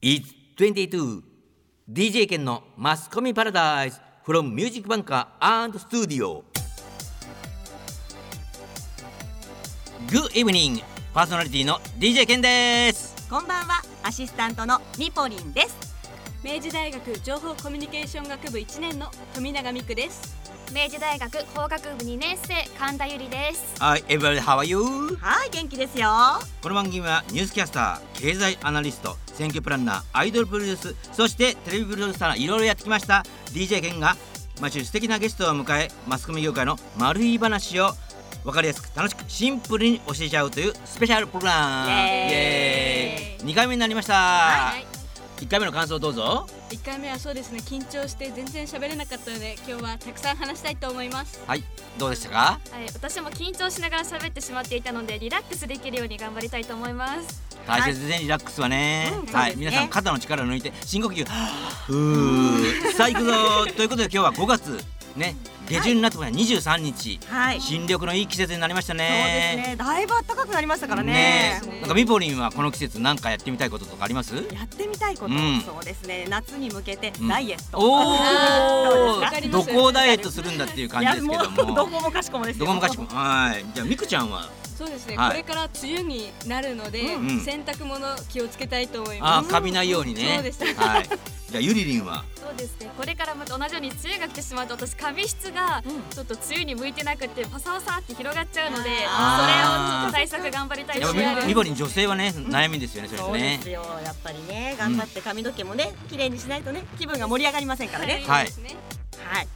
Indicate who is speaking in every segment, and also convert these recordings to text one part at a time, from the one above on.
Speaker 1: It's 22 DJ 県のマスコミパラダイス from ミュージックバンカー and ス t ディオ Good evening パーソナリティの DJ 県です
Speaker 2: こんばんは、アシスタントのミポリンです。
Speaker 3: 明治大学情報コミュニケーション学部1年の富永美久です
Speaker 4: 明治大学法学部2年生神田由里です。
Speaker 1: Hi everybody how are you?
Speaker 2: はい、元気ですよ。
Speaker 1: この番組はニュースキャスター、経済アナリスト、選挙プランナー、アイドルプロデュース、そしてテレビプロデューサーなどいろいろやってきました DJ ケンが毎週素敵なゲストを迎え、マスコミ業界の丸い話を分かりやすく楽しくシンプルに教えちゃうというスペシャルプログラム。
Speaker 2: イ
Speaker 1: エ
Speaker 2: エ
Speaker 1: ーイ2回目になりました、
Speaker 2: は
Speaker 1: 一1回目の感想どうぞ
Speaker 3: 1回目はそうですね緊張して全然喋れなかったので今日はたくさん話したいと思います
Speaker 1: はいどうでしたか
Speaker 4: はい、私も緊張しながら喋ってしまっていたのでリラックスできるように頑張りたいと思います。
Speaker 1: 大切でねリラックスはね、
Speaker 2: うん
Speaker 1: はい、
Speaker 2: そうですね
Speaker 1: 皆さん肩の力を抜いて深呼吸ふーさあ行くぞーということで今日は5月ね下旬になってもら23日、
Speaker 2: はい。そう
Speaker 1: 新緑のいい季節になりました
Speaker 2: です
Speaker 1: ね
Speaker 2: ね。だいぶ暖かくなりましたからね
Speaker 1: ね。えなんかみぽりんはこの季節なんかやってみたいこととかあります
Speaker 2: やってみたいこと、
Speaker 1: うん
Speaker 2: そうですね。夏に向けて
Speaker 1: うん
Speaker 2: ダイエット。
Speaker 1: お
Speaker 2: ど
Speaker 1: お
Speaker 2: うですか
Speaker 1: どこをダイエットするんだっていう感
Speaker 2: い
Speaker 1: じ
Speaker 2: や
Speaker 1: ですけ
Speaker 2: も
Speaker 1: ど
Speaker 2: う ど
Speaker 1: も
Speaker 2: こもかしこもですよ。
Speaker 1: どこもかしこもはいじゃあみくちゃんは
Speaker 3: そうですね、
Speaker 1: はい
Speaker 3: これから梅雨になるので、
Speaker 1: うん
Speaker 3: 洗濯物気をつけたいと思い
Speaker 1: あ
Speaker 3: ま
Speaker 1: あカビないようにね
Speaker 3: そうですね
Speaker 1: はいじゃあゆりりんは
Speaker 4: そうですね。これからまた同じように梅雨が来てしまうと私髪質が
Speaker 2: うん
Speaker 4: ちょっと梅雨に向いてなくてパサパサって広がっちゃうので、それをちょ
Speaker 1: あー
Speaker 4: っと対策頑張りたい
Speaker 1: や
Speaker 4: と
Speaker 1: っ
Speaker 4: 思いま
Speaker 1: ぱ
Speaker 4: す。
Speaker 1: みぽりん女性はね悩みですよねそれ
Speaker 2: そう
Speaker 1: ね
Speaker 2: ですよ。やっぱりね、頑張って髪の毛もね、綺麗にしないとね、気分が盛り上がりませんから
Speaker 3: す
Speaker 2: ね。
Speaker 1: はい
Speaker 3: そうですね
Speaker 2: はい。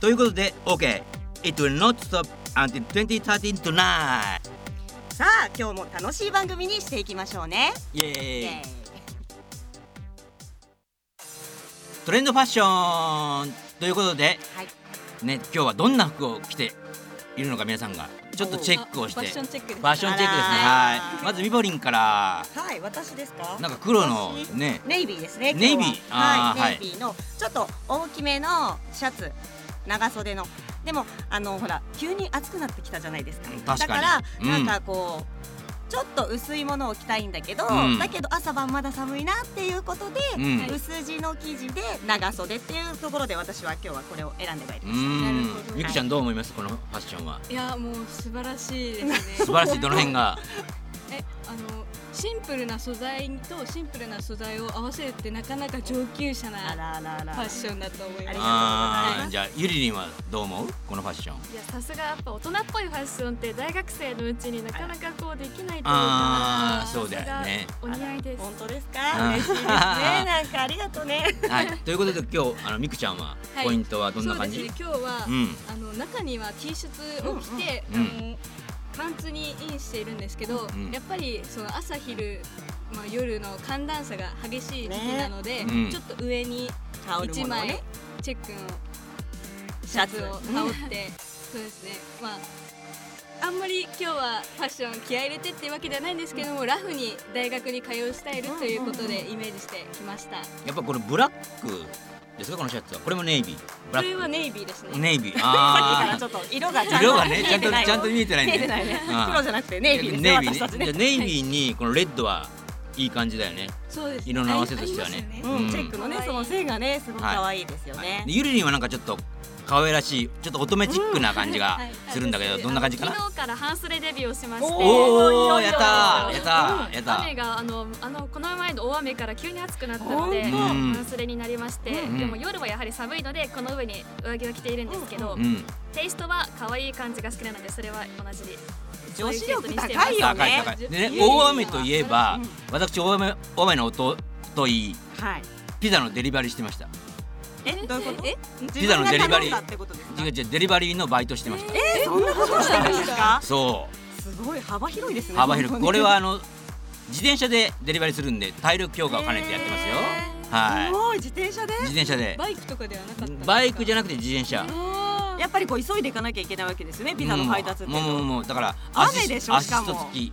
Speaker 1: ということで OK It will not stop until 2013 tonight
Speaker 2: さあ、今日も楽しい番組にしていきましょうね。
Speaker 1: イエー
Speaker 2: イ
Speaker 1: イ
Speaker 2: エーイ
Speaker 1: トレンドファッションということで
Speaker 2: はい。
Speaker 1: ね今日はどんな服を着ているのか皆さんがちょっとチェックをして
Speaker 3: あファ
Speaker 1: フ
Speaker 3: ッションチェックです
Speaker 1: ァッションチェックですね
Speaker 2: あらー
Speaker 1: はいまずみぼりんから
Speaker 2: はい、私ですか。
Speaker 1: なんか黒のね
Speaker 2: ネイビーですね。
Speaker 1: ネイビー
Speaker 2: 今日は
Speaker 1: あー
Speaker 2: はい、
Speaker 1: はい
Speaker 2: ネイビーのちょっと大きめのシャツ、長袖の。でもあのほら急に暑くなってきたじゃないですか。
Speaker 1: うん確かに
Speaker 2: だから、
Speaker 1: うん
Speaker 2: なんかこう。ちょっと薄いものを着たいんだけど、
Speaker 1: うん
Speaker 2: だけど朝晩まだ寒いなっていうことで、
Speaker 1: うん
Speaker 3: はい
Speaker 2: 薄地の生地で長袖っていうところで私は今日はこれを選んでまいり
Speaker 1: う
Speaker 2: まし
Speaker 3: なるほ
Speaker 1: ー
Speaker 3: ど
Speaker 1: んみくちゃんどう思いますこのファッションはい
Speaker 3: やもう素晴らしいですね
Speaker 1: 素晴らしいどの辺が
Speaker 3: えあのシンプルな素材とシンプルな素材を合わせるってなかなか上級者
Speaker 2: た。あ
Speaker 3: な
Speaker 2: らあらあら。
Speaker 3: ファッションだと思いま
Speaker 2: ありがとうござ
Speaker 3: す
Speaker 2: い
Speaker 1: あ
Speaker 2: ま
Speaker 1: ー
Speaker 2: す。
Speaker 1: じゃあゆりりんはどう思うこのファッション
Speaker 4: いやさすがやっぱ大人っぽいファッションって大学生のうちになかなかこうできないという
Speaker 1: あ
Speaker 4: か
Speaker 1: ーそうだよね
Speaker 4: さすがお似合いです
Speaker 2: 本当ですか
Speaker 1: うん。
Speaker 2: 嬉しい ですね。なんかありがとう ね。
Speaker 1: はいということで今日あのみくちゃんは
Speaker 3: はい
Speaker 1: ポイントはどんな感
Speaker 3: そう
Speaker 1: じ
Speaker 3: ですね今日は、
Speaker 1: うん
Speaker 3: あの中には T シャツを着て、
Speaker 1: うんうん
Speaker 3: あのパンツにインしているんですけど、
Speaker 1: うん
Speaker 3: やっぱりその朝昼まあ夜の寒暖差が激しい時期なので、
Speaker 1: ねうん
Speaker 3: ちょっと上に
Speaker 2: タオル
Speaker 3: 一
Speaker 2: ものを
Speaker 3: 枚
Speaker 2: ね。
Speaker 3: チェックのシ
Speaker 2: シ
Speaker 3: ャ
Speaker 2: ャツ
Speaker 3: ツを羽織って、そうですねまああんまり今日はファッション気合い入れてっていうわけではないんですけども、ラフに大学に通うスタイルということでイメージしてきました、
Speaker 1: やっぱこのブラックですかこのシャツはこれもネイビーブ
Speaker 3: こ
Speaker 1: ラ
Speaker 3: れ
Speaker 1: ッ
Speaker 3: はネイビーです
Speaker 1: ク
Speaker 3: ね
Speaker 1: ネ イビー
Speaker 2: だから
Speaker 1: あ
Speaker 2: ちょっと色がちゃ
Speaker 1: あ
Speaker 2: んと
Speaker 1: 色がねちゃんと
Speaker 2: 見えてない
Speaker 1: ちゃんと見えてない
Speaker 2: 見えて
Speaker 1: ね
Speaker 2: ないね
Speaker 1: うん。
Speaker 2: 黒じゃなくてネイビーですね。
Speaker 1: ネイビ
Speaker 2: 私たち
Speaker 1: ーね
Speaker 2: ね
Speaker 1: じゃ。あネイビーにこのレッドはいい感じだよね
Speaker 3: そうです
Speaker 1: 色の合わせとしてはね
Speaker 3: ありますよ
Speaker 1: う
Speaker 2: うんん、チェックのね
Speaker 3: 可愛い
Speaker 2: その線がねすごく可愛いですよ
Speaker 1: はい
Speaker 2: ね
Speaker 1: で。ゆりりんはなんかちょっと可愛らしいちょっと乙女チックな感じが
Speaker 3: はい
Speaker 1: するんだけどどんな感じかな
Speaker 4: 昨日から半袖デビューをしまして
Speaker 1: お
Speaker 2: お
Speaker 1: お
Speaker 2: ー
Speaker 1: やったーやったーやった
Speaker 4: 雨
Speaker 1: ー
Speaker 4: があのあのこの前の大雨から急に暑くなったので
Speaker 2: ほん
Speaker 1: とうん
Speaker 4: 半袖になりまして、
Speaker 1: ん
Speaker 4: でも夜はやはり寒いのでこの上に上着を着ているんですけど、
Speaker 1: うん
Speaker 4: テイストは可愛い感じが好きなのでそれは同じで
Speaker 2: 女子力高いよ
Speaker 1: 高い
Speaker 2: ね
Speaker 1: 高。いで
Speaker 3: ゆ
Speaker 1: ね
Speaker 3: りりんは
Speaker 1: 大雨といえば
Speaker 2: うん
Speaker 1: 私大雨大雨のおととい
Speaker 2: はい。
Speaker 1: ピザのデリバリーしてました
Speaker 2: えどういうこと？
Speaker 3: え
Speaker 1: ピザのデリバリー
Speaker 2: 自分が頼んだってことですか
Speaker 1: 違う違うデリバリーのバイトしてました
Speaker 2: えそんなことしてるんですか？
Speaker 1: そう
Speaker 2: すごい幅広いですね。
Speaker 1: 幅広くこれはあ
Speaker 2: す
Speaker 1: の自転車でデリバリーするんで体力強化を兼ねてやってますよ、はい
Speaker 2: ごい自転車で。
Speaker 1: 自転車で
Speaker 3: バイクとかではなかったんですか
Speaker 1: バイクじゃなくて自転車
Speaker 3: あー
Speaker 2: やっぱりこう急いでいかなきゃいけないわけですよね。ピザの配達って
Speaker 1: も
Speaker 2: いう
Speaker 1: うもうもう
Speaker 2: のは。
Speaker 1: もうだから
Speaker 2: 雨
Speaker 1: アシス
Speaker 2: でしょ
Speaker 1: アシス
Speaker 2: しか
Speaker 1: ト
Speaker 2: も
Speaker 1: 付き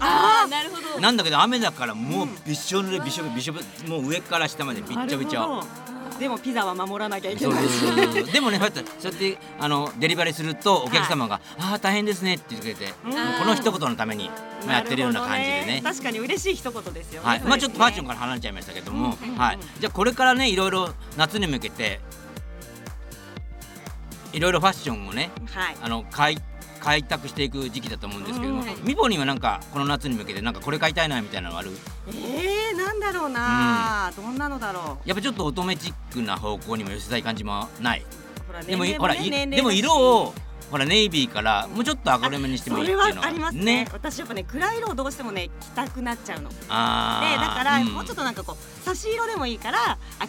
Speaker 3: あーなるほど
Speaker 1: なんだけど雨だからもうびっしょ濡れびしょびしょもう上から下までびっちょびち
Speaker 2: なる
Speaker 1: ょ
Speaker 2: ほどでもピザは守らなきゃいけ
Speaker 1: そう
Speaker 2: ないし
Speaker 1: ですでもねこうやってそうやってあのデリバリーするとお客様が「ああ大変ですね」って言ってくれて
Speaker 2: うん
Speaker 3: あー
Speaker 1: この一言のためにまあやってるような感じでね。
Speaker 2: 確かに嬉しい一言ですよね
Speaker 1: はい、
Speaker 2: それ
Speaker 1: まあちょっとファッション
Speaker 2: ね
Speaker 1: から離れちゃいましたけども、
Speaker 2: うん
Speaker 1: は
Speaker 2: う
Speaker 1: い
Speaker 2: んうん、
Speaker 1: じゃあこれからねいろいろ夏に向けていろいろファッションをね
Speaker 2: はい
Speaker 1: あの開開拓していく時期だと思うんですけども、
Speaker 2: うん
Speaker 3: はい
Speaker 1: ミポにはなんかこの夏に向けてなんかこれ買いたいなみたいなのある
Speaker 2: えー、なんだろうな、どんなのだろ
Speaker 1: やっぱちょっと乙女チックな方向にも寄せたい感じもないう
Speaker 2: ほら
Speaker 1: でも,、
Speaker 2: 年齢
Speaker 1: ほら
Speaker 2: ね
Speaker 1: い
Speaker 2: 年齢だし
Speaker 1: でも色をほらネイビーからもうちょっと明るめにしてもいい
Speaker 2: そ
Speaker 1: ってい
Speaker 2: れ
Speaker 1: うの
Speaker 2: は
Speaker 1: が
Speaker 2: ありますね私やっぱね暗い色をどうしてもね着たくなっちゃうので
Speaker 1: あ
Speaker 2: だ
Speaker 1: ー
Speaker 2: から、
Speaker 1: ん
Speaker 2: もうちょっとなんかこう差し色でもいいから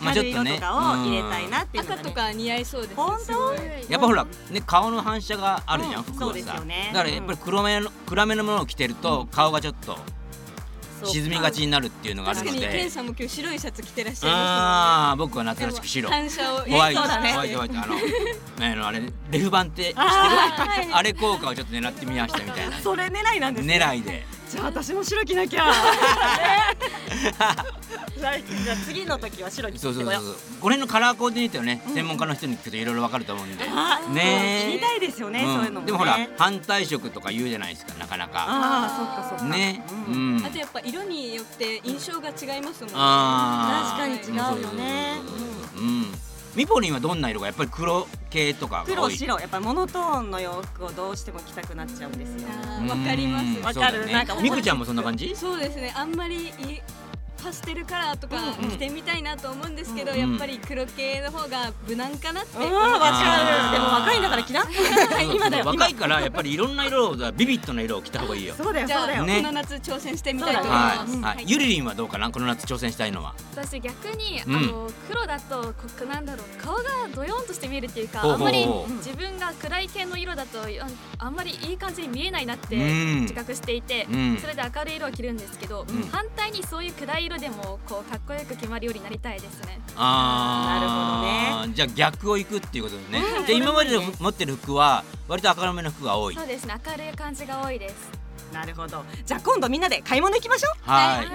Speaker 1: まあ
Speaker 2: 明
Speaker 1: ちょ
Speaker 2: るい
Speaker 1: っと
Speaker 2: 色
Speaker 1: ね
Speaker 2: とかを入れたいなっていうのが
Speaker 3: 赤
Speaker 2: ね
Speaker 3: とか似合いそうです。
Speaker 2: 本当
Speaker 3: すごい
Speaker 1: やっぱほらね顔の反射があるじゃん、
Speaker 2: うん
Speaker 1: 服はさ
Speaker 2: そうですよね
Speaker 1: だからやっぱり黒めの暗めのものを着てると顔がちょっと
Speaker 2: そう
Speaker 1: 沈みがちになるっていうのがある
Speaker 3: 確
Speaker 1: の
Speaker 3: かにケン
Speaker 1: で
Speaker 3: さんも今日白いシャツ着てらっしゃいま
Speaker 1: ああ僕は
Speaker 3: す
Speaker 1: 夏
Speaker 3: ね。
Speaker 1: らしく白
Speaker 3: 反射を
Speaker 1: ホワイ
Speaker 2: え
Speaker 1: ト、
Speaker 2: そうだね
Speaker 1: ホワイトホワイトあのあのあれレフ版って
Speaker 2: あ
Speaker 1: あれ効果をちょっと狙ってみましたみたいな
Speaker 2: ーそれ狙いなんですね
Speaker 1: 狙いで
Speaker 2: じゃあ私も白着なき ゃねじゃあじゃあ次の時は白着て
Speaker 1: そうそうそ
Speaker 2: こ
Speaker 1: う
Speaker 2: よ
Speaker 1: そうこれのカラーコーディネートをね専門家の人に聞くといろいろわかると思うんで
Speaker 2: あー
Speaker 1: ねー
Speaker 2: 切りたいですよね、
Speaker 1: うん
Speaker 2: そういうのも、ね、
Speaker 1: でもほら反対色とか言うじゃないですかなかなか
Speaker 2: ああそっかそっか
Speaker 1: ね
Speaker 2: う
Speaker 1: うんん
Speaker 3: あとやっぱ色によって印象が違いますもんね。
Speaker 1: あ
Speaker 2: 確かに違うよね
Speaker 1: そうそうそうそううんミポリンはどんな色がやっぱり黒系とかが多
Speaker 2: 黒
Speaker 1: い
Speaker 2: 白やっぱりモノトーンの洋服をどうしても着たくなっちゃうんですよ
Speaker 3: あ
Speaker 1: うん
Speaker 3: ーわかります。
Speaker 2: わか
Speaker 1: そ
Speaker 2: る
Speaker 1: うだね
Speaker 2: なんか
Speaker 1: ミクちゃんもそんな感じ
Speaker 3: そうですねあんまりいパステルカラーとか
Speaker 1: うんうん
Speaker 3: 着てみたいなと思うんですけど、
Speaker 1: うん
Speaker 3: やっぱり黒系の方が無難かなって、
Speaker 2: うん
Speaker 3: 思
Speaker 2: わ
Speaker 3: い
Speaker 2: か
Speaker 3: ま
Speaker 1: あー
Speaker 2: るでも若いんだから着な 今だよ
Speaker 1: 若いからやっぱりいろんな色をビビッドな色を着た方がいいよ
Speaker 2: 今そうだよ
Speaker 3: すじ
Speaker 2: そ
Speaker 3: ゃ
Speaker 2: うだ
Speaker 3: あ、
Speaker 2: よ、
Speaker 1: ね
Speaker 3: この夏挑戦してみたいと思い
Speaker 1: は
Speaker 3: ま
Speaker 1: い、
Speaker 3: す、
Speaker 1: はい、ゆりりんはどうかなこの夏挑戦したいのは
Speaker 4: 私逆に、
Speaker 1: うん
Speaker 4: あの黒だとこうなんだろう顔がドヨンとして見えるっていうか
Speaker 1: ほう
Speaker 4: あ
Speaker 1: ほうんほう
Speaker 4: まり自分が暗い系の色だとああんまりいい感じに見えないなって
Speaker 1: うん
Speaker 4: 自覚していて、
Speaker 1: うん
Speaker 4: それで明るい色を着るんですけど、
Speaker 1: ん
Speaker 4: 反対にそういう暗い色でもこうかっこよく決まるようになりたいですね
Speaker 1: あー
Speaker 2: なるほ
Speaker 1: じゃあ逆を行くっていうことですね、
Speaker 2: うん
Speaker 1: で今まで
Speaker 2: それもいいね
Speaker 1: 持ってる服は割と明るめの服が多い
Speaker 4: そうですね明るい感じが多いです
Speaker 2: なるほどじゃあ今度みんなで買い物行きましょう
Speaker 1: はい、
Speaker 4: はい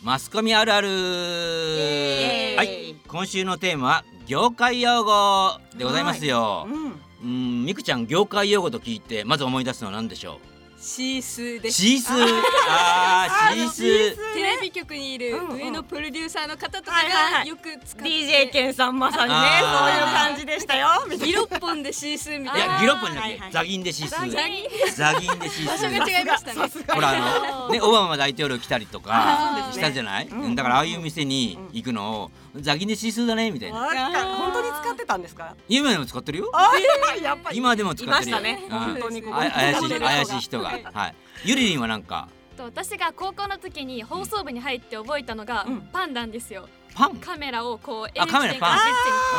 Speaker 1: マスコミあるある
Speaker 2: エーイ
Speaker 1: はい今週のテーマは業界用語でございますよ、
Speaker 2: うん
Speaker 1: うんみくちゃん業界用語と聞いてまず思い出すのは何でしょ
Speaker 3: シースー
Speaker 1: う
Speaker 3: です
Speaker 1: シースーあーシースー
Speaker 3: テレビ局にいる
Speaker 2: うんうん
Speaker 3: 上のプロデューサーの方とか
Speaker 2: はいはいは
Speaker 3: が
Speaker 2: い
Speaker 3: よく使って、
Speaker 2: DJ ケンさんまさにねそういう
Speaker 1: あ
Speaker 2: 感じでしたよみたい
Speaker 3: ギロッポンでシースーみた
Speaker 1: い
Speaker 3: いな
Speaker 1: やギロップじゃな
Speaker 2: は
Speaker 1: く
Speaker 2: いは
Speaker 1: て
Speaker 2: い
Speaker 1: ザギンでシース
Speaker 3: ザギ
Speaker 1: ーザギンでシース
Speaker 3: 場所
Speaker 1: ー
Speaker 3: が違いましたね
Speaker 1: ほらあのね オバマ大統領来たりとか
Speaker 2: あー
Speaker 1: したじゃない、
Speaker 2: うん
Speaker 1: だからああいう店に行くのをザギンでシースーだねみたい
Speaker 2: な
Speaker 1: な
Speaker 2: わか本当に使ってたんですか
Speaker 1: 今でも使ってるよ
Speaker 2: あーやっぱり
Speaker 1: 今でも使
Speaker 2: い
Speaker 1: っ
Speaker 2: ま
Speaker 1: て
Speaker 2: し
Speaker 1: るよ
Speaker 2: たね
Speaker 1: うん
Speaker 2: 本当にここ
Speaker 1: あ怪しい
Speaker 3: ここ
Speaker 1: 怪しい人が
Speaker 3: はい
Speaker 1: はいゆりりんはなんか
Speaker 4: と私が高校の時に放送部に入って覚えたのが
Speaker 2: うん
Speaker 4: パンなんですよ、
Speaker 1: パン
Speaker 4: カメラをこう
Speaker 1: あカメラ
Speaker 4: で
Speaker 1: パン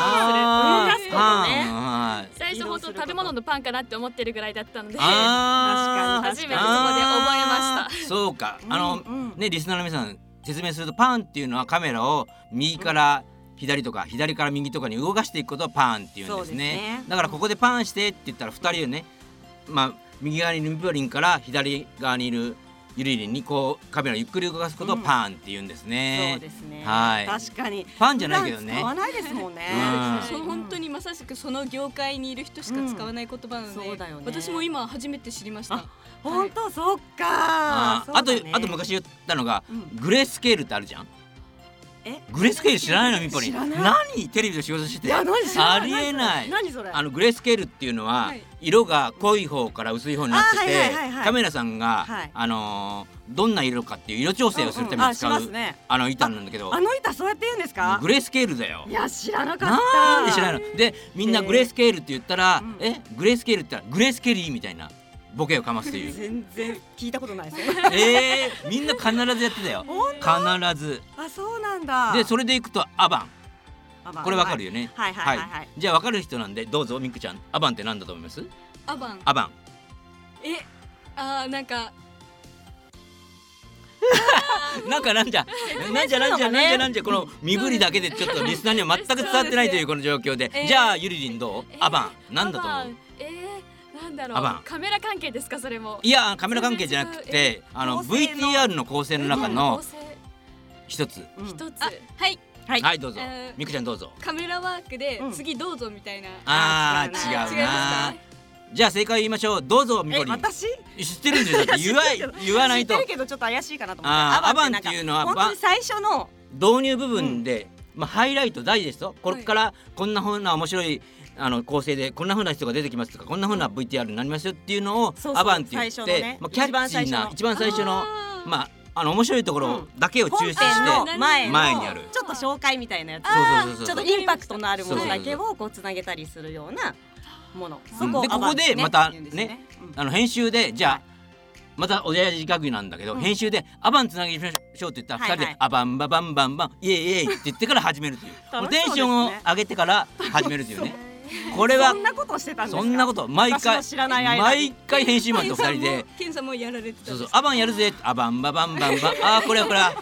Speaker 1: あー
Speaker 2: あー動
Speaker 1: パ
Speaker 2: かすことね
Speaker 1: ンはい
Speaker 4: 最初本当食べ物のパンかなって思ってるぐらいだったので
Speaker 1: あー
Speaker 4: 初めてそこで覚えました
Speaker 1: したそうかあの
Speaker 2: うんうん
Speaker 1: ねリスナーの皆さん説明するとパンっていうのはカメラを右から左とか左から右とかに動かしていくことをパンっていうんで
Speaker 2: そう
Speaker 1: す
Speaker 2: です
Speaker 1: ね
Speaker 2: ね
Speaker 1: だからここでパンしてって言ったら2人をねまあ右側にいるミポリンから左側にいるゆりりんにこうカメラをゆっくり動かすことをパンっていうんです
Speaker 2: そう
Speaker 1: ね
Speaker 2: ですね
Speaker 1: はい
Speaker 2: 確かに
Speaker 1: パンじゃないけどね
Speaker 2: 普段使わないですもんね
Speaker 1: うん
Speaker 3: そう本当にまさしくその業界にいる人しか使わない言葉なので、
Speaker 2: うんそうだよね
Speaker 3: 私も今初めて知りました
Speaker 2: あ本当そっか
Speaker 1: あ
Speaker 2: そ
Speaker 1: ーあ
Speaker 2: う
Speaker 1: と
Speaker 2: だね
Speaker 1: あと昔言ったのが
Speaker 2: うん
Speaker 1: グレースケールってあるじゃん
Speaker 2: え
Speaker 1: グレースケール知らないのミポリン
Speaker 2: 知らない
Speaker 1: 何テレビで仕事して
Speaker 2: い
Speaker 1: て
Speaker 2: や何知ら
Speaker 1: ありえない
Speaker 2: 何それ
Speaker 1: あのグレースケールっていうのは、
Speaker 3: はい
Speaker 1: 色が濃い方から薄い方になって
Speaker 2: あーはいはいはい
Speaker 1: て
Speaker 2: はい
Speaker 1: カメラさんが、
Speaker 2: はい
Speaker 1: あのーどんな色かっていう色調整をするために使う、
Speaker 2: うんうんあしますね
Speaker 1: あの板なんだけど
Speaker 2: あの板そうやって言うんですか
Speaker 1: グレースケールだよ
Speaker 2: い。や知らなかっ
Speaker 1: な
Speaker 2: た
Speaker 1: んで知らないのでみんな
Speaker 2: えー
Speaker 1: グレースケールって言ったら「
Speaker 2: うん
Speaker 1: えグレースケール」って言ったら「グレースケリー」みたいなボケをかますという
Speaker 2: 全然聞いたこ とないです
Speaker 1: えー、みんな必ずやってたよ
Speaker 2: 本
Speaker 1: 必ず
Speaker 2: あそうなんだ
Speaker 1: でそれでいくと「アバン
Speaker 2: あま」あ
Speaker 1: これわかるよね
Speaker 2: はいはいはいはい
Speaker 1: じゃあわかる人なんでどうぞみくちゃん「アバン」ってなんだと思います
Speaker 3: アバン
Speaker 1: アバン
Speaker 3: えあーなんか
Speaker 1: なんかなんじゃ、なんじゃなんじゃなんじゃなんじゃ、この身振りだけでちょっとリスナーには全く伝わってないというこの状況で
Speaker 3: え。ー
Speaker 1: じゃあ、ゆりりんどう
Speaker 4: え、ー
Speaker 1: アバン、なんだと
Speaker 4: アバ
Speaker 1: 思
Speaker 4: ン
Speaker 1: う。
Speaker 4: えー、なんだ
Speaker 1: アバ
Speaker 4: ろ
Speaker 1: ン
Speaker 4: うカメラ関係ですかそれも
Speaker 1: いやカメラ関係じゃなくてあの
Speaker 2: 構成の
Speaker 1: VTR の構成の中の
Speaker 4: 構成
Speaker 1: 一つ
Speaker 2: うん
Speaker 4: 一つ
Speaker 3: あはい
Speaker 2: はい
Speaker 1: はいどうぞ
Speaker 3: えー
Speaker 1: みくちゃんどうぞ
Speaker 3: カメラワークで
Speaker 2: うん
Speaker 3: 次どうぞみたいな、
Speaker 1: あ
Speaker 2: あ
Speaker 1: ー違
Speaker 2: ー
Speaker 3: 違
Speaker 1: う
Speaker 3: いま
Speaker 1: な
Speaker 3: すか
Speaker 1: じゃあ正解言いましょうどうぞみ
Speaker 2: え
Speaker 1: こりん
Speaker 2: 私
Speaker 1: 知ってるんですよだって言わ言わないと
Speaker 2: 知ってるけどちょっと怪しいかなと思って
Speaker 1: あー
Speaker 2: なんか
Speaker 1: アバンっていうのは
Speaker 2: 本当に最初の
Speaker 1: 導入部分で、まあ、ハイライト大事ですよこれからこんなふうな面白いあの構成でこんなふうな人が出てきますとかこんなふうな VTR になりますよっていうのを
Speaker 2: そうそう
Speaker 1: アバンって言って、
Speaker 2: 最初のね
Speaker 1: まあ、キャッチーな一
Speaker 2: 一
Speaker 1: 番最初のまああの面白いところだけを抽
Speaker 2: 本
Speaker 1: 出
Speaker 2: 編
Speaker 1: して、
Speaker 2: の前の
Speaker 1: 前にある
Speaker 2: ちょっと紹介みたいなやつ
Speaker 1: そうそうそう
Speaker 2: ちょ
Speaker 1: そ
Speaker 2: っと
Speaker 1: う
Speaker 2: インパクトのあるものだけをこうつなげたりするようなもの。
Speaker 1: う
Speaker 2: そ
Speaker 1: ん
Speaker 2: こを
Speaker 1: でこ
Speaker 2: アバ
Speaker 1: こ
Speaker 2: ンって
Speaker 1: で
Speaker 2: ね
Speaker 1: また
Speaker 2: 言うんですよ
Speaker 1: ね
Speaker 2: ね。うん
Speaker 1: あの編集でじゃあ、
Speaker 2: はい
Speaker 1: また親父ギャグなんだけど、
Speaker 2: うん
Speaker 1: 編集で「アバンつなげましょう」って言ったら
Speaker 2: は
Speaker 1: 2
Speaker 2: いはい
Speaker 1: 人で「アバンババンバンバンイエイイエイ」って言ってから始めるという
Speaker 2: 楽しそうですね
Speaker 1: テンションを上げてから始めるというねこれは
Speaker 2: そんなことしてたんですか。
Speaker 1: そんなこと毎
Speaker 2: 私
Speaker 1: 回
Speaker 2: の知らない間
Speaker 1: 毎
Speaker 2: に
Speaker 1: 回編集マンと
Speaker 3: さ
Speaker 1: 2
Speaker 3: ん
Speaker 1: 人
Speaker 3: も
Speaker 1: で
Speaker 3: ケンさんもやられ
Speaker 1: 「
Speaker 3: てた
Speaker 1: そ
Speaker 3: ん
Speaker 1: う
Speaker 3: で
Speaker 1: そう
Speaker 3: すか
Speaker 1: アバンやるぜ」アバンババンバン バンああこれはこれは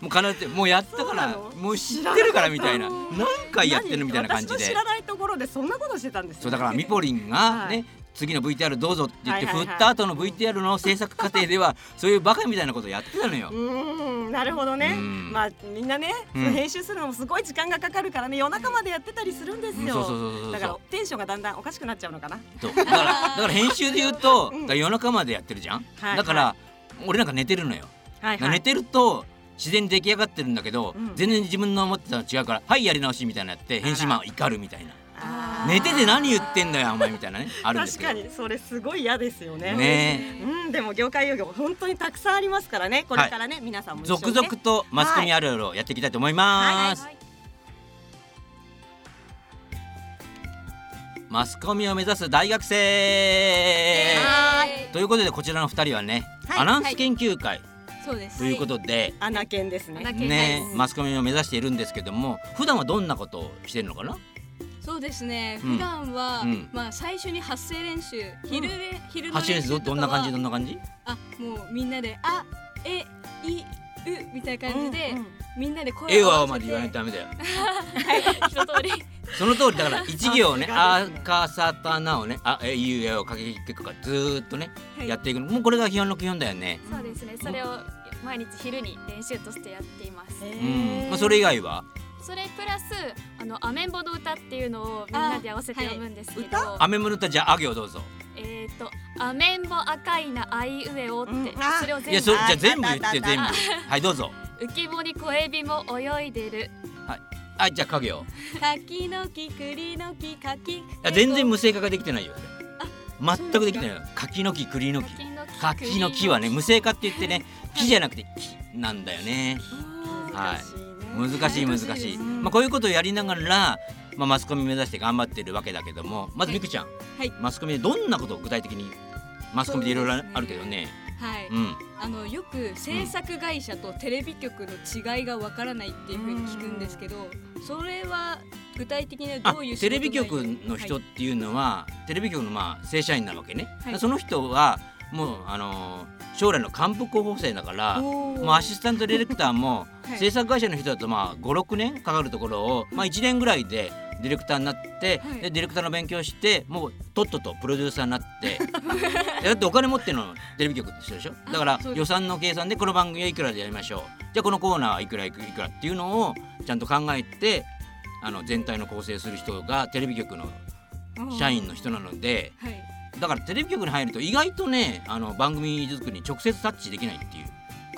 Speaker 1: もう必ずもうやったから
Speaker 2: そうなの
Speaker 1: もう知ってるからみたいな何回やってるみたいな感じ
Speaker 2: 何私の
Speaker 1: で
Speaker 2: 知らないところでそんなことしてたんですね。
Speaker 1: そうだからミポリンが
Speaker 2: は
Speaker 1: ね
Speaker 2: い
Speaker 1: 次の VTR どうぞって言って
Speaker 2: はいは
Speaker 1: 振
Speaker 2: いはい
Speaker 1: った後の VTR の制作過程ではそういうバカみたいなことやってたのよ
Speaker 2: う。ーんなるほどね
Speaker 1: うん
Speaker 2: まあみんなね、
Speaker 1: うん
Speaker 2: その編集するのもすごい時間がかかるからね夜中までやってたりするんですよ、
Speaker 1: うんそうそうそうそう
Speaker 2: だからテンションがだんだんおかしくなっちゃうのかな
Speaker 1: そうだからだから編集で言うと
Speaker 2: うん
Speaker 1: だから夜中までやってるじゃん
Speaker 2: はいはい
Speaker 1: だから俺なんか寝てるのよ。
Speaker 2: はい
Speaker 1: 寝てると自然に出来上がってるんだけど、
Speaker 2: うん
Speaker 1: 全然自分の思ってたの違うから「はいやり直し」みたいなやって編集マンは怒るみたいな
Speaker 2: あ
Speaker 1: 「
Speaker 2: ー
Speaker 1: 寝てて何言ってんだよお前」みたいなねあるんです
Speaker 2: 確
Speaker 1: けど
Speaker 2: かにそれすごい嫌ですよね
Speaker 1: ね
Speaker 2: うんでも業界用語本当にたくさんありますからねこれからね、皆さんも一緒に、
Speaker 1: 続
Speaker 2: ね、
Speaker 1: 々とマスコミあるあるをやっていきたいと思います、
Speaker 4: はい
Speaker 1: マスコミを目指す大学生、
Speaker 2: は
Speaker 3: え
Speaker 1: ということでこちらの2人はね、
Speaker 2: はい
Speaker 1: アナウンス研究会
Speaker 3: ーそうです
Speaker 1: ということで、
Speaker 2: アナ犬ですね
Speaker 4: アナ犬
Speaker 1: ね
Speaker 4: は、
Speaker 1: マスコミを目指しているんですけども普段はどんなことをしてるのかな
Speaker 3: そうですね
Speaker 1: うん
Speaker 3: 普段は、
Speaker 1: うん
Speaker 3: まあ最初に発声練習昼れ、昼の
Speaker 1: 発信
Speaker 3: 練
Speaker 1: ですど
Speaker 3: 習とか
Speaker 1: ど
Speaker 3: は
Speaker 1: んな感じどんな感じ
Speaker 3: あもうみんなであえいうみたいな感じで、
Speaker 2: うんうん
Speaker 3: みんなで声
Speaker 1: 絵
Speaker 3: を合
Speaker 1: は
Speaker 3: わせ
Speaker 1: ま
Speaker 3: て
Speaker 1: で言わないとダメだよ
Speaker 4: 一通り
Speaker 1: その通りだから一行をね「
Speaker 2: さ
Speaker 1: あ
Speaker 2: すがですね
Speaker 1: かさたな」をね「あえゆうや」をかけていくからずーっとね、
Speaker 3: はい
Speaker 1: やっていくのもうこれが基本の基本だよね。
Speaker 4: そうですねそれを毎日昼に練習としてやっています
Speaker 2: へ
Speaker 1: う
Speaker 2: ー
Speaker 1: んまあ、それ以外は
Speaker 4: それプラスあのアメンボの歌っていうのをみんなで合わせて読むんですけど、
Speaker 1: 「雨物とじゃああ行」どうぞ。
Speaker 4: えっ、とアメンボ赤いなあいうえおって、
Speaker 2: うんあ
Speaker 4: それを
Speaker 1: いや
Speaker 4: 全
Speaker 1: そ
Speaker 4: 部
Speaker 1: れじゃあ全部言って
Speaker 2: あ
Speaker 1: 全部
Speaker 4: あ
Speaker 1: はいどうぞ。
Speaker 4: 浮き彫り小エビも泳いでる
Speaker 1: はいじゃあ家業。
Speaker 3: 柿の木栗の木柿
Speaker 1: いや全然無声化ができてないよ。俺全くできてないよ。柿の木栗の木。柿の木はね無声化って言ってね木じゃなくて木なんだよね。はい
Speaker 2: 難しいね
Speaker 1: 難しい難しい
Speaker 3: 難しいです
Speaker 1: まあ、こういうことをやりながら、まあ、マスコミ目指して頑張ってるわけだけどもまず
Speaker 3: は
Speaker 1: み
Speaker 3: い
Speaker 1: くちゃん、
Speaker 3: はい
Speaker 1: マスコミでどんなことを具体的にマスコミでいろいろあるけどね
Speaker 3: はい、
Speaker 1: うん
Speaker 3: あのよく制作会社とテレビ局の違いがわからないっていうふうに聞くんですけど、それは具体的には
Speaker 1: あ
Speaker 3: どういう仕
Speaker 1: テ
Speaker 3: 事
Speaker 1: レビ局
Speaker 3: 内容
Speaker 1: の人っ
Speaker 3: はい
Speaker 1: ていうのは、テレビ局のまあ正社員なわけね、
Speaker 3: はい
Speaker 1: その人はもうあのー将来の幹部候補生だから
Speaker 3: おー
Speaker 1: もうアシスタントディレクターも
Speaker 3: はい
Speaker 1: 制作会社の人だとまあ56年かかるところを、まあ、1年ぐらいでディレクターになって、
Speaker 3: はい
Speaker 1: でディレクターの勉強してもうとっととプロデューサーになっていやだってお金持ってるのテレビ局の人でしょだから
Speaker 3: あそうです
Speaker 1: 予算の計算でこの番組はいくらでやりましょうじゃあこのコーナーはいくらいくいくらっていうのをちゃんと考えてあの全体の構成する人がテレビ局の社員の人なので
Speaker 3: はい
Speaker 1: だからテレビ局に入ると意外とねあの番組作りに直接タッチできないっていう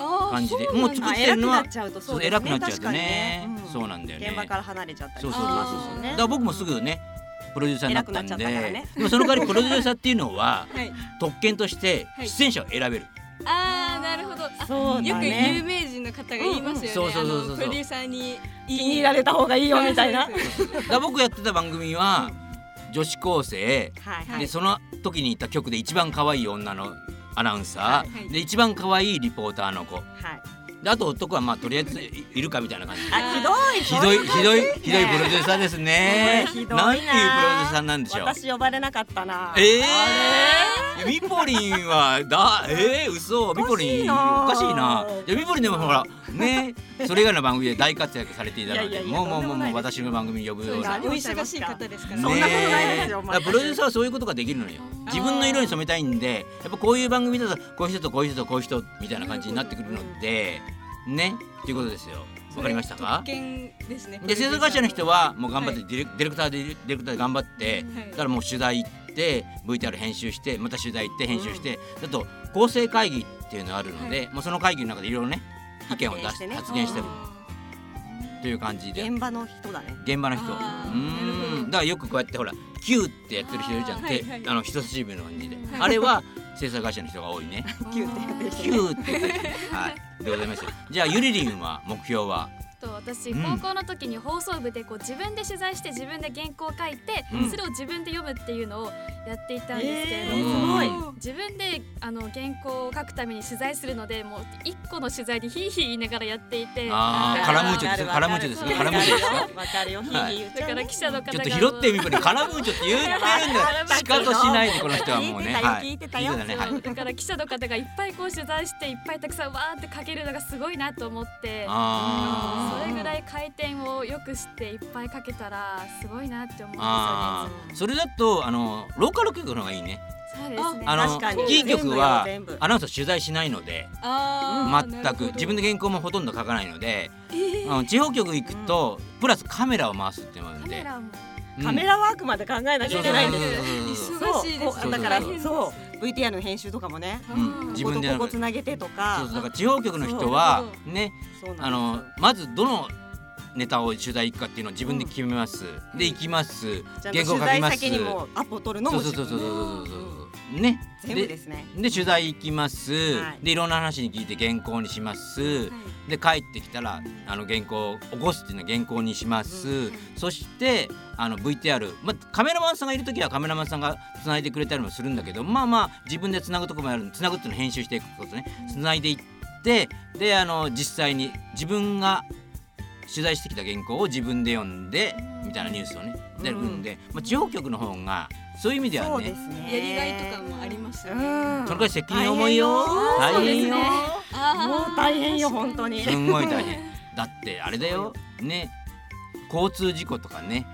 Speaker 3: あー
Speaker 1: 感じで
Speaker 3: そうなんだ
Speaker 1: もう作
Speaker 2: あ
Speaker 1: ってる
Speaker 2: 偉く
Speaker 1: のは
Speaker 2: なっちゃうと
Speaker 1: そ
Speaker 2: そううですね
Speaker 1: 偉くなっちゃうとね
Speaker 2: 確かにね
Speaker 1: そうなんだよね
Speaker 2: 現場から離れちゃったり
Speaker 1: そう
Speaker 2: し
Speaker 1: そう
Speaker 3: あー
Speaker 2: ますしね
Speaker 1: だから僕もすぐねプロデューサーになったんで
Speaker 2: 偉くなっちゃったからね
Speaker 1: でもその代わりプロデューサーっていうの は
Speaker 3: はい
Speaker 1: 特権として
Speaker 3: はい
Speaker 1: 出演者を選べる、
Speaker 3: あーなるほどあ
Speaker 2: そうだね
Speaker 3: よく有名人の方が言いますよね、
Speaker 1: うんうんそうそうそうそう
Speaker 3: あのプロデューサーに
Speaker 2: 気に入られた方がいいよみたいな
Speaker 3: そうです
Speaker 1: だから僕やってた番組は女子高生、
Speaker 2: はい
Speaker 1: でその時にいた局で一番可愛い女のアナウンサ
Speaker 2: は
Speaker 1: ー、
Speaker 3: いはい
Speaker 1: で一番可愛いリポーターの子
Speaker 2: はい
Speaker 1: であと男はまあとりあえずいいるかみたいな感じ
Speaker 2: あひどい
Speaker 1: ひどいひどいひどい
Speaker 2: ね
Speaker 1: プロデューサーですね
Speaker 2: ひどい
Speaker 1: な
Speaker 2: なん
Speaker 1: ていうプロデューサーなんでしょう
Speaker 2: 私呼ばれなかったな
Speaker 1: ええ
Speaker 2: あれ
Speaker 1: ー、ミポリンはだえー、嘘ミポリンお
Speaker 2: お
Speaker 1: か
Speaker 2: か
Speaker 1: し
Speaker 2: し
Speaker 1: い
Speaker 2: い
Speaker 1: な
Speaker 2: な
Speaker 1: じゃミポリンでもほらねそれ以外の番組で大活躍されていたの
Speaker 2: いや
Speaker 1: で
Speaker 2: いやいや
Speaker 1: もうもうもうもう
Speaker 4: とんでもないで
Speaker 1: 私の番組に呼ぶよう
Speaker 2: そう
Speaker 1: な
Speaker 2: だ
Speaker 1: ね
Speaker 2: ね
Speaker 3: お忙しい方ですから
Speaker 2: そんなことないですよ
Speaker 1: だからプロデューサーはそういうことができるのよ自分の色に染めたいんでやっぱこういう番組だとこういう人とこういう人とこういう人みたいな感じになってくるのでねっていうことですよわかりましたか
Speaker 3: 特権ですね
Speaker 1: で制作会社の人はもう頑張って
Speaker 3: は
Speaker 1: ディレ,、ディレクターでディレクターで頑張って、
Speaker 3: はい
Speaker 1: だからもう取材行って VTR 編集してまた取材行って編集して、あと構成会議っていうのがあるので、まあ、その会議の中でいろいろね意見を出し
Speaker 2: 発言してね
Speaker 1: 発言してる
Speaker 3: あ
Speaker 1: という感じで
Speaker 2: 現場の人だね
Speaker 1: 現場の人う
Speaker 3: あーなる
Speaker 1: ー
Speaker 3: ほ
Speaker 1: ん
Speaker 3: ど
Speaker 1: だからよくこうやってほら「キューってやってる人いるじゃん
Speaker 3: あー
Speaker 1: 手
Speaker 3: はいはい
Speaker 1: あの人差し指の感じで、
Speaker 3: はい
Speaker 1: あれは制作会社の人が多い ね
Speaker 3: ー
Speaker 2: キューってやってる人
Speaker 1: キューって言ってる人はいでございますよじゃあゆりりんは目標は
Speaker 4: と私
Speaker 1: うん
Speaker 4: 高校の時に放送部でこう自分で取材して自分で原稿を書いて、
Speaker 1: うん
Speaker 4: それを自分で読むっていうのをやっていたんですけれども、
Speaker 1: えーす
Speaker 2: ご
Speaker 4: 自分であの原稿を書くために取材するのでもう一個の取材でヒーヒー言いながらやっていて
Speaker 1: あーカラムーチョですよカラムーチョですよカラムーチョですよ
Speaker 2: わかるよ、
Speaker 1: は
Speaker 2: はいい、
Speaker 4: だから記者の方が
Speaker 1: ちょっと拾ってみるからカラムーチョって言ってるんだよ。仕方しないでこの人はもうね。はい。
Speaker 2: 聞いてたよ
Speaker 1: 聞いてたね。はい。
Speaker 4: だから記者の方がいっぱいこう取材していっぱいたくさんわーって書けるのがすごいなと思 って
Speaker 1: あ
Speaker 4: そ
Speaker 1: ー
Speaker 4: れぐらい回転をよくしていっぱい書けたらすごいなって思うん
Speaker 1: あー。それだとあのローカル局の方がいいね。
Speaker 4: ですよね。そうですね。
Speaker 1: あの
Speaker 2: 確かに
Speaker 1: キー局は
Speaker 2: 全部よ全部
Speaker 1: アナウンサー取材しないので
Speaker 3: あーな
Speaker 1: 全
Speaker 3: るほ
Speaker 1: く
Speaker 3: ど
Speaker 1: 自分の原稿もほとんど書かないので、
Speaker 3: えー
Speaker 1: うん地方局行くとプラスカメラを回すっていうのがある
Speaker 4: カ
Speaker 1: んで
Speaker 4: メ。ラも
Speaker 1: うん
Speaker 2: カメラワークまで考えなきゃいけないんですよ
Speaker 1: そうそうそうそう
Speaker 3: 忙しいです
Speaker 2: そうだからそう VTR の編集とかもね
Speaker 1: うん自
Speaker 2: こ
Speaker 1: 分
Speaker 2: こと
Speaker 1: で
Speaker 2: ここつなげてと
Speaker 1: そ
Speaker 2: か
Speaker 1: うそうだから地方局の人はね
Speaker 2: そうな
Speaker 1: あ
Speaker 2: ん
Speaker 1: の
Speaker 2: で
Speaker 1: まずどのネタを取材行くかっていうのを自分で決めます。で行きます。
Speaker 2: すよ
Speaker 1: 原稿
Speaker 2: じ
Speaker 1: 書
Speaker 2: ゃあ
Speaker 1: き
Speaker 2: 取
Speaker 1: ま
Speaker 2: 材
Speaker 1: す。
Speaker 2: 先にもアポ取るの
Speaker 1: そ
Speaker 2: も
Speaker 1: うそうそうそうそうそうそうそうね
Speaker 2: 全部ですね
Speaker 1: でで取材行きます、
Speaker 2: はい
Speaker 1: でいろんな話に聞いて原稿にします、で帰ってきたらあの原稿を起こすっていうのは原稿にします、そしてあの VTR、まあ、カメラマンさんがいる時はカメラマンさんがつないでくれたりもするんだけどまあまあ自分でつなぐとこもあるつなぐっていうのは編集していくことねつないでいってであの実際に自分が取材してきた原稿を自分で読んでみたいなニュースをね出るんで、まあ、地方局の方がそういう意味で
Speaker 2: そ
Speaker 1: は
Speaker 2: う
Speaker 1: ね
Speaker 2: ですね
Speaker 3: やりがいとかもありますよ
Speaker 2: う
Speaker 3: ね
Speaker 2: ん
Speaker 1: そのくらい責任重いよ
Speaker 4: 大
Speaker 1: 大変
Speaker 4: 変
Speaker 1: よ
Speaker 4: よ
Speaker 3: あー
Speaker 2: もう大変よ本当に
Speaker 1: すんごい大変だってあれだよね交通事故とかね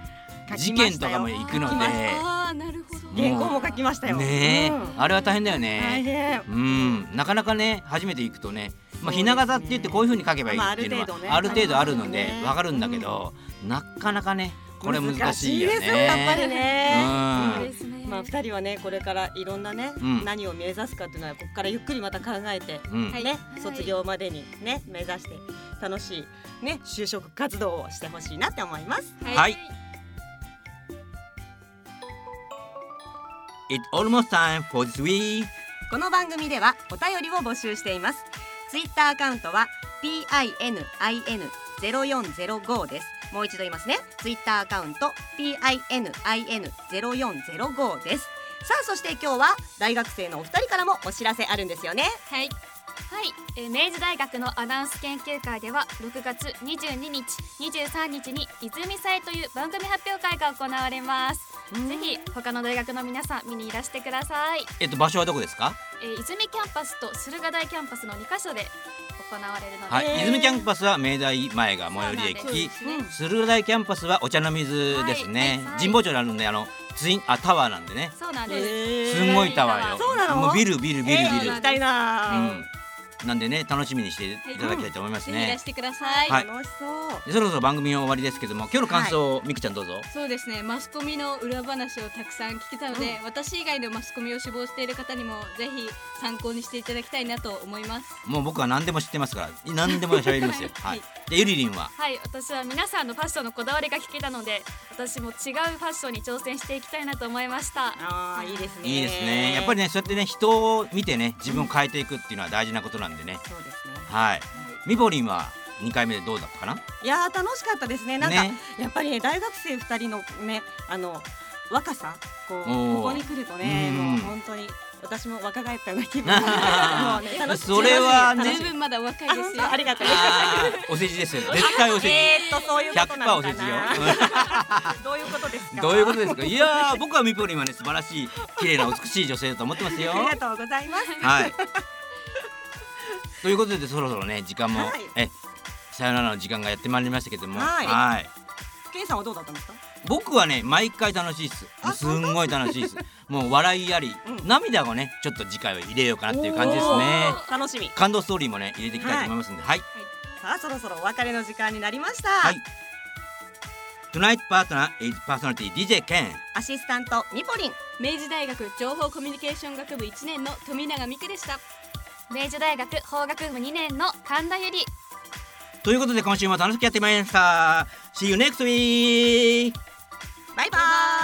Speaker 1: 事件とかも行くので
Speaker 3: あーなるほど
Speaker 1: もう
Speaker 2: 原稿も書きましたよ
Speaker 1: ねえ、
Speaker 2: うん
Speaker 1: あれは大変だよ
Speaker 2: 大
Speaker 1: ね
Speaker 2: 変
Speaker 1: うんなかなかね初めて行くとねまあ
Speaker 2: そ
Speaker 1: ひ
Speaker 2: うですね
Speaker 1: な形って言ってこういうふうに書けばいい
Speaker 2: まあ
Speaker 1: っていうのは
Speaker 2: ある程度ね
Speaker 1: ある程度あるので
Speaker 2: ありますね
Speaker 1: わかるんだけどなかなかねこれ難しいよ
Speaker 2: 難ですやっぱ
Speaker 1: ね
Speaker 2: りね
Speaker 4: そう
Speaker 1: うん
Speaker 4: ですね。
Speaker 2: まあ二人はねこれからいろんなね
Speaker 1: うん
Speaker 2: 何を目指すかというのはここからゆっくりまた考えて
Speaker 1: うん
Speaker 3: はい
Speaker 2: ね卒業までにね目指して楽しいね就職活動をしてほしいなって思います
Speaker 1: はい It's almost time for this week
Speaker 2: この番組ではお便りを募集していますツイッターアカウントは PININ0405 ですもう一度言いますねツイッターアカウント PININ0405 ですさあそして今日は大学生のお二人からもお知らせあるんですよね
Speaker 3: はい
Speaker 4: はい、えー明治大学のアナウンス研究会では6月22日、23日に泉祭という番組発表会が行われます。ぜひ他の大学の皆さん見にいらしてください。
Speaker 1: えっと場所はどこですか
Speaker 4: えー泉キャンパスと駿河台キャンパスの2カ所で行われるので、
Speaker 1: はい、
Speaker 2: へー
Speaker 1: 泉キャンパスは明大前が最寄り
Speaker 4: そうなん
Speaker 1: 駅
Speaker 3: すね
Speaker 2: うん
Speaker 1: 駿河台キャンパスはお茶の水ですね、
Speaker 4: はいはい
Speaker 1: 神保町にあるんであのツインあタワーなんでね
Speaker 4: そうなんです。
Speaker 1: す
Speaker 2: す
Speaker 1: んごいタワーよ
Speaker 2: そうなの
Speaker 1: もうビルビルビルビル、
Speaker 2: えー行きたいな
Speaker 1: うん、なんでね楽しみにしていただきたいと思います
Speaker 3: ぜひい
Speaker 1: ね
Speaker 3: ら、してください
Speaker 1: はい
Speaker 2: 楽しそう
Speaker 1: でそろそろ番組は終わりですけども今日の感想を、みくちゃんどうぞ
Speaker 3: そうですねマスコミの裏話をたくさん聞けたので、私以外のマスコミを志望している方にもぜひ参考にしていただきたいなと思います
Speaker 1: もう僕は何でも知ってますから何でも喋りますよは
Speaker 3: はい
Speaker 1: い、でゆりりんは
Speaker 4: はい、私は皆さんのファッションのこだわりが聞けたので、私も違うファッションに挑戦していきたいなと思いました。
Speaker 2: あーいいですね
Speaker 1: いいですねやっぱりねそうやってね人を見てね自分を変えていくっていうのは大事なことなんでね
Speaker 2: そうですね
Speaker 1: はいみぼりんは2回目でどうだったかない
Speaker 2: やー楽しかったですねなんか、
Speaker 1: ね
Speaker 2: やっぱりね大学生二人のねあの若さこう
Speaker 1: おー
Speaker 2: ここに来るとね
Speaker 1: うん
Speaker 2: もう本当に私も若返ったような気分もうね
Speaker 1: あ
Speaker 2: 楽
Speaker 1: それはね
Speaker 3: 十分まだお若いですよ
Speaker 2: あありがとうございま
Speaker 1: あ
Speaker 2: す
Speaker 1: ーお世辞です よ絶対お世辞
Speaker 2: えーっとそういうことな
Speaker 1: 100%
Speaker 2: の
Speaker 1: お
Speaker 2: か
Speaker 1: 世辞よ
Speaker 2: な。どういうことです
Speaker 1: うん
Speaker 2: か。
Speaker 1: どういうことですかいやー僕はミポリンはね素晴らしい綺麗な美しい女性だと思ってますよ
Speaker 2: ありがとうございます。
Speaker 1: はいということでそろそろね時間も、
Speaker 2: はい
Speaker 1: えさよならの時間がやってまいりましたけども
Speaker 2: はい
Speaker 1: はい
Speaker 2: ケンさんはどうだったんですか。
Speaker 1: 僕はね毎回楽しいっす
Speaker 2: あ
Speaker 1: すんごい楽しいっすもう笑いあり、
Speaker 2: うん
Speaker 1: 涙をねちょっと次回は入れようかなっていう感じです
Speaker 2: お
Speaker 1: ね
Speaker 2: ー楽しみ。
Speaker 1: 感動ストーリーもね入れていきたいと思いますんではい
Speaker 2: さあそろそろお別れの時間になりました。
Speaker 1: はい、Tonight Partner is Personality DJ Ken
Speaker 2: アシスタントミポリン。
Speaker 3: 明治大学情報コミュニケーション学部1年の富永美久でした
Speaker 4: 明治大学法学部2年の神田ゆり
Speaker 1: ということで今週も楽しくやってまいりました See you next week!
Speaker 2: バイバイ。